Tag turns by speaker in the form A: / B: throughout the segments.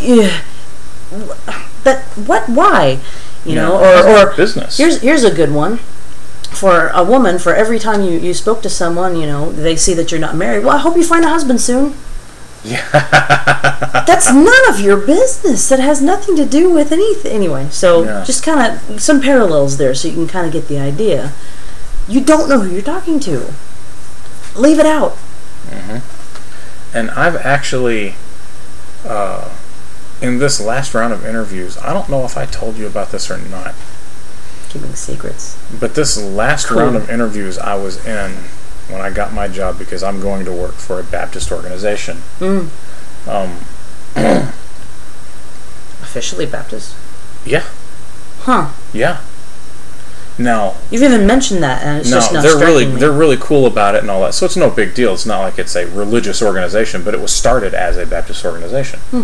A: yeah, but what? Why? You
B: Yeah.
A: know, or or
B: business.
A: Here's here's a good one for a woman. For every time you you spoke to someone, you know, they see that you're not married. Well, I hope you find a husband soon.
B: yeah.
A: That's none of your business. That has nothing to do with anything. Anyway, so
B: Yeah.
A: just kind of some parallels there, so you can kind of get the idea. You don't know who you're talking to. Leave it out.
B: And I've actually, uh, in this last round of interviews, I don't know if I told you about this or not,
A: Keeping secrets.
B: but this last
A: Cool.
B: round of interviews I was in when I got my job because I'm going to work for a Baptist organization.
A: Mm.
B: Um,
A: Officially Baptist.
B: yeah,
A: Huh.
B: yeah. Now,
A: You've even mentioned that, and it's just
B: no,
A: not
B: they're
A: striking
B: really
A: me.
B: they're really cool about it and all that, so it's no big deal. It's not like it's a religious organization, but it was started as a Baptist organization.
A: Hmm.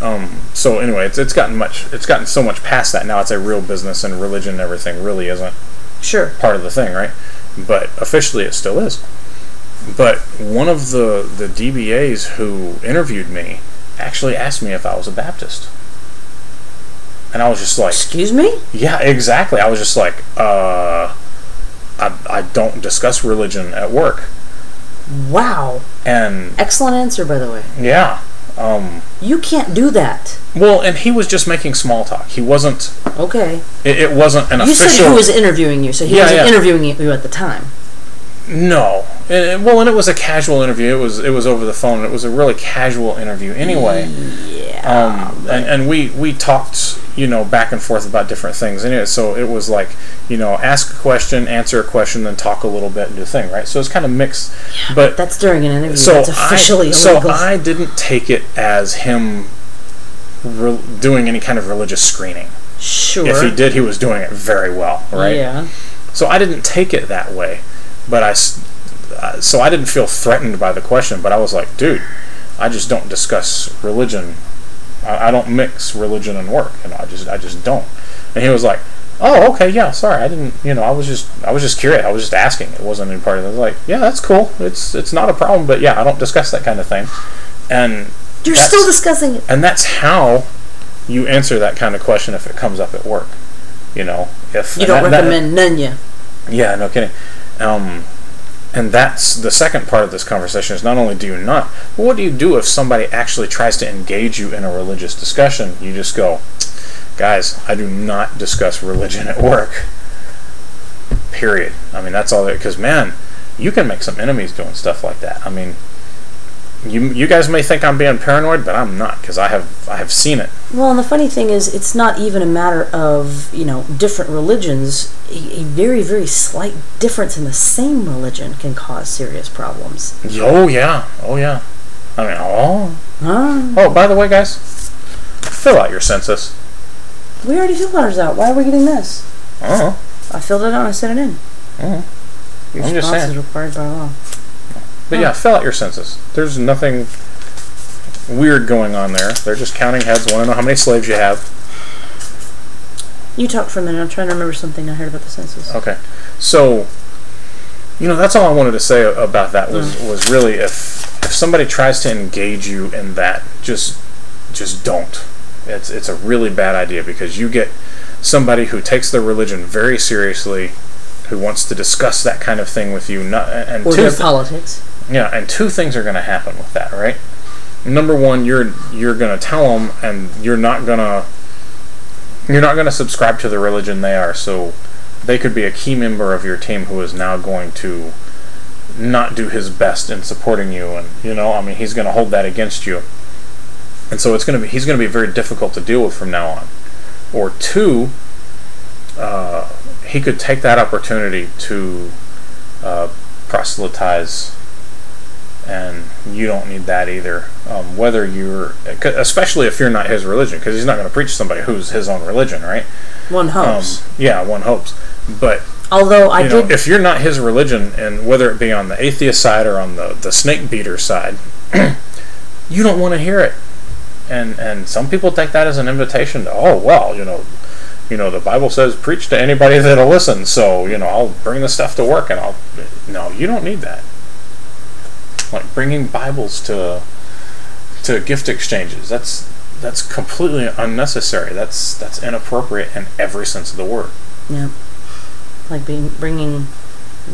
B: Um, so anyway, it's, it's gotten much it's gotten so much past that now. It's a real business, and religion and everything really isn't
A: Sure.
B: part of the thing, right? But officially, it still is. But one of the the DBAs who interviewed me actually asked me if I was a Baptist, and I was just like,
A: Excuse me.
B: "Yeah, exactly." I was just like, "Uh, I I don't discuss religion at work,"
A: Wow.
B: and
A: Excellent answer, by the way.
B: yeah, um,
A: You can't do that.
B: well, and he was just making small talk. He wasn't.
A: Okay.
B: It, it wasn't an
A: You
B: official.
A: said who was interviewing you, so he
B: Yeah,
A: wasn't
B: yeah.
A: interviewing you at the time.
B: No. Eh, well, and it was a casual interview. It was it was over the phone. and It was a really casual interview anyway. Yeah. Um, and, and we we talked you know back and forth about different things anyway. So it was like you know ask a question, answer a question, then talk a little bit and do a thing right. So it's kind of mixed. but
A: That's during an interview.
B: so
A: That's officially
B: I, so
A: illegal.
B: I didn't take it as him re- doing any kind of religious screening.
A: sure.
B: If he did, he was doing it very well, right?
A: Yeah.
B: So I didn't take it that way, but I, s- uh, so I didn't feel threatened by the question. But I was like, dude, I just don't discuss religion. I, I don't mix religion and work, and I just I just don't. And he was like, oh, okay, yeah, sorry, I didn't. You know, I was just I was just curious. I was just asking. It wasn't any part of it. I was like, yeah, that's cool. It's it's not a problem, but yeah, I don't discuss that kind of thing. And
A: You're
B: that's-
A: still discussing it.
B: and that's how you answer that kind of question if it comes up at work. You know, if
A: You don't
B: and that- that-
A: recommend none ya.
B: yeah, no kidding. Um, and that's the second part of this conversation is not only do you not, but what do you do if somebody actually tries to engage you in a religious discussion? You just go, guys, I do not discuss religion at work. Period. I mean, that's all there. Because man, you can make some enemies doing stuff like that. I mean, you you guys may think I'm being paranoid, but I'm not because I have I have seen it.
A: Well, and the funny thing is, it's not even a matter of you know different religions. A, a very very slight difference in the same religion can cause serious problems.
B: Oh yeah, oh yeah. I mean, oh
A: Huh?
B: oh. By the way, guys, fill out your census.
A: We already filled ours out. Why are we getting this?
B: Oh,
A: I filled it out. and I sent it in. Your response
B: I'm just
A: is
B: saying.
A: required by law.
B: But yeah, fill out your census. There's nothing weird going on there. They're just counting heads, want to know how many slaves you have.
A: You talk for a minute. I'm trying to remember something I heard about the census.
B: Okay. So, you know, that's all I wanted to say a- about that was, was really if if somebody tries to engage you in that, just just don't. It's it's a really bad idea because you get somebody who takes their religion very seriously, who wants to discuss that kind of thing with you, not, and
A: Or
B: two
A: their
B: thi-
A: politics.
B: Yeah, and two things are going to happen with that, right? Number one, you're you're going to tell them, and you're not gonna you're not going to subscribe to the religion they are. So they could be a key member of your team who is now going to not do his best in supporting you, and you know, I mean, he's going to hold that against you, and so it's going to be he's going to be very difficult to deal with from now on. Or two, uh, he could take that opportunity to uh, proselytize and you don't need that either. Um, whether you're, especially if you're not his religion, because he's not going to preach to somebody who's his own religion, right?
A: One
B: Um,
A: hopes.
B: yeah, one hopes. But
A: Although I
B: you know,
A: did
B: if you're not his religion, and whether it be on the atheist side or on the the snake beater side, you don't want to hear it. And and some people take that as an invitation to, oh well, you know, you know, the Bible says preach to anybody that'll listen. So you know, I'll bring the stuff to work, and I'll. No, you don't need that. Like bringing Bibles to to gift exchanges. That's that's completely unnecessary. That's that's inappropriate in every sense of the word.
A: Yeah. Like being bringing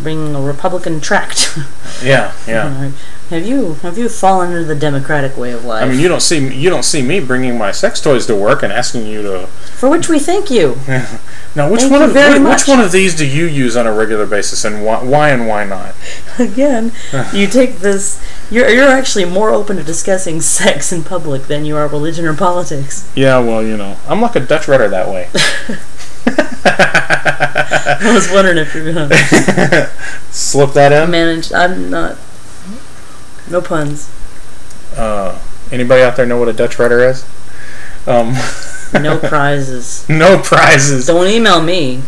A: bringing a Republican tract.
B: Yeah, yeah.
A: Like, have you have you fallen into the democratic way of life?
B: I mean, you don't see you don't see me bringing my sex toys to work and asking you to.
A: for which we thank you.
B: Now, which
A: Thank
B: one
A: you
B: of
A: very
B: which,
A: much.
B: which one of these do you use on a regular basis, and why, why and why not?
A: Again, you take this. You're you're actually more open to discussing sex in public than you are religion or politics.
B: Yeah, well, you know, I'm like a Dutch rudder that way.
A: I was wondering if you're gonna
B: Slip that in.
A: manage. I'm not. No puns.
B: Uh, anybody out there know what a Dutch rudder is? Um,
A: No prizes.
B: no prizes.
A: Don't email me.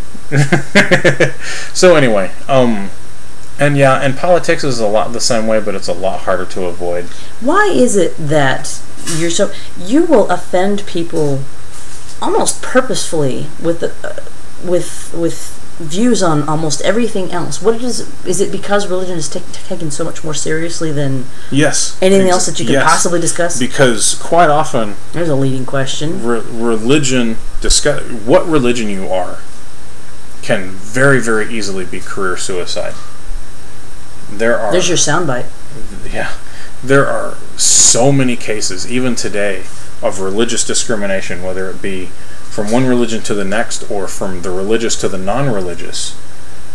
B: so anyway, um, and yeah, and politics is a lot the same way, but it's a lot harder to avoid.
A: Why is it that you're so you will offend people almost purposefully with the, uh, with with views on almost everything else? What is is it because religion is ta- taken so much more seriously than
B: Yes.
A: anything
B: Ex-
A: else that you could
B: yes.
A: possibly discuss?
B: Because quite often,
A: There's a leading question.
B: re- religion discuss what religion you are can very very easily be career suicide. There are
A: There's your soundbite.
B: yeah, there are so many cases, even today, of religious discrimination, whether it be from one religion to the next or from the religious to the non religious.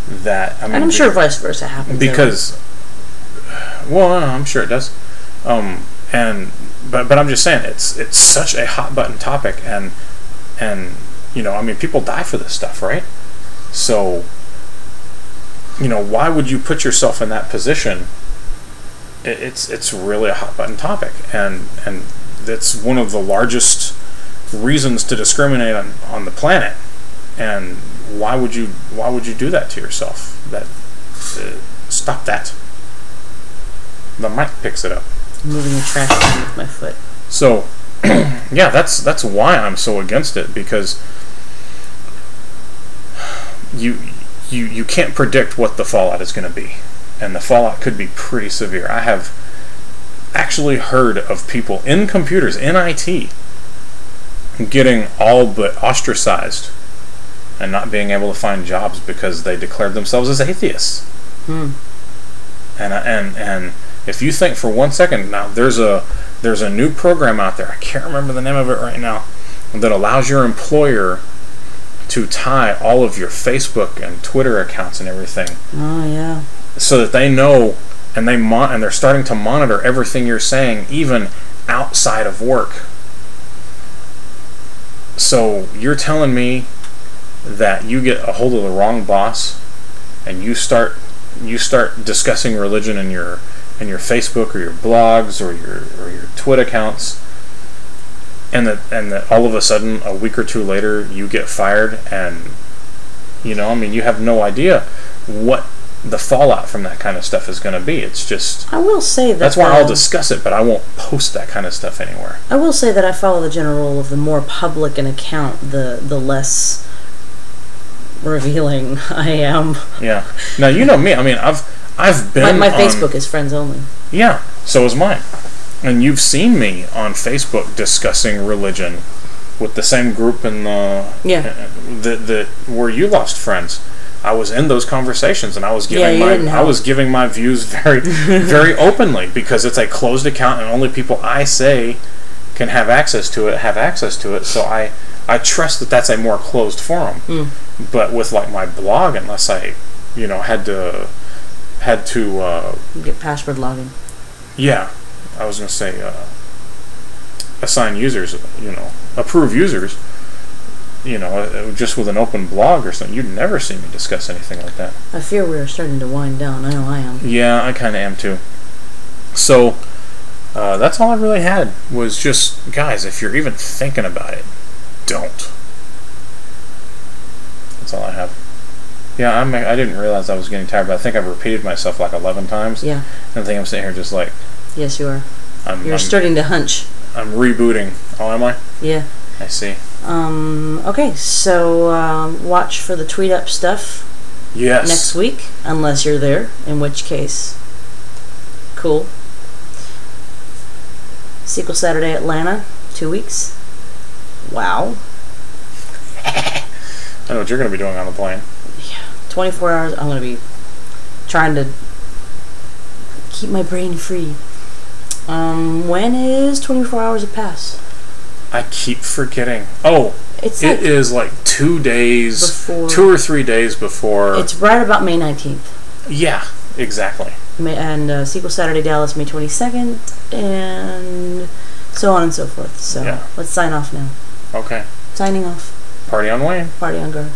B: That, I mean,
A: And I'm sure vice versa happens. there.
B: because, well, I don't know, I'm sure it does. Um, and but but I'm just saying it's it's such a hot button topic, and and you know, I mean, people die for this stuff, right? So, you know, why would you put yourself in that position? It, it's it's really a hot button topic, and and that's one of the largest reasons to discriminate on, on the planet. And why would you why would you do that to yourself? That uh, stop that. The mic picks it up.
A: I'm moving the trash can with my foot.
B: So, yeah, that's that's why I'm so against it because you you you can't predict what the fallout is going to be, and the fallout could be pretty severe. I have actually heard of people in computers in IT getting all but ostracized and not being able to find jobs because they declared themselves as atheists.
A: Hmm.
B: And I- and and if you think for one second now, there's a there's a new program out there. I can't remember the name of it right now that allows your employer to tie all of your Facebook and Twitter accounts and everything
A: Oh yeah.
B: so that they know and they mon- and they're starting to monitor everything you're saying even outside of work. So you're telling me that you get a hold of the wrong boss and you start you start discussing religion in your in your Facebook or your blogs or your or your Twitter accounts and that and that all of a sudden a week or two later you get fired and you know I mean you have no idea what the fallout from that kind of stuff is going to be it's just
A: I will say that.
B: that's why I'll
A: uh,
B: discuss it but I won't post that kind of stuff anywhere
A: I will say that I follow the general rule of the more public an account, the the less revealing I am.
B: yeah now you know me I mean I've I've
A: My,
B: been
A: my
B: on-
A: Facebook is friends only.
B: Yeah, so is mine. And you've seen me on Facebook discussing religion with the same group in the
A: Yeah.
B: Uh, the, the where you lost friends. I was in those conversations and I was
A: Yeah,
B: giving
A: you didn't
B: my I
A: help.
B: was giving my views very very openly because it's a closed account and only people I say can have access to it have access to it. So I I trust that that's a more closed forum.
A: Hmm.
B: But with like my blog, unless I you know had to had to uh,
A: You get password logging.
B: yeah, I was gonna say uh, assign users, you know, approve users, you know, uh, just with an open blog or something. You'd never see me discuss anything like that.
A: I fear we are starting to wind down. I know I am.
B: Yeah, I kind of am too. So uh, that's all I really had was just guys. If you're even thinking about it, don't. That's all I have. Yeah, I'm, I didn't realize I was getting tired, but I think I've repeated myself like 11 times.
A: Yeah.
B: And I think I'm sitting here just like
A: Yes, you are.
B: I'm.
A: You're
B: I'm
A: starting to hunch.
B: I'm rebooting. Oh, am I?
A: Yeah.
B: I see.
A: Um, okay, so um, watch for the tweet up stuff
B: Yes.
A: next week, unless you're there, in which case, cool. Sequel Saturday Atlanta, Two weeks? Wow.
B: I know what you're going to be doing on the plane.
A: 24 hours, I'm going to be trying to keep my brain free. Um, when is 24 hours of pass?
B: I keep forgetting. Oh,
A: It's
B: it
A: like,
B: is like two days,
A: Before-
B: two or three days before.
A: it's right about May 19th.
B: yeah, exactly.
A: May, and uh, Sequel Saturday Dallas, May 22nd, and so on and so forth. So
B: Yeah.
A: let's sign off now.
B: Okay.
A: Signing off.
B: Party on Wayne.
A: Party on guard.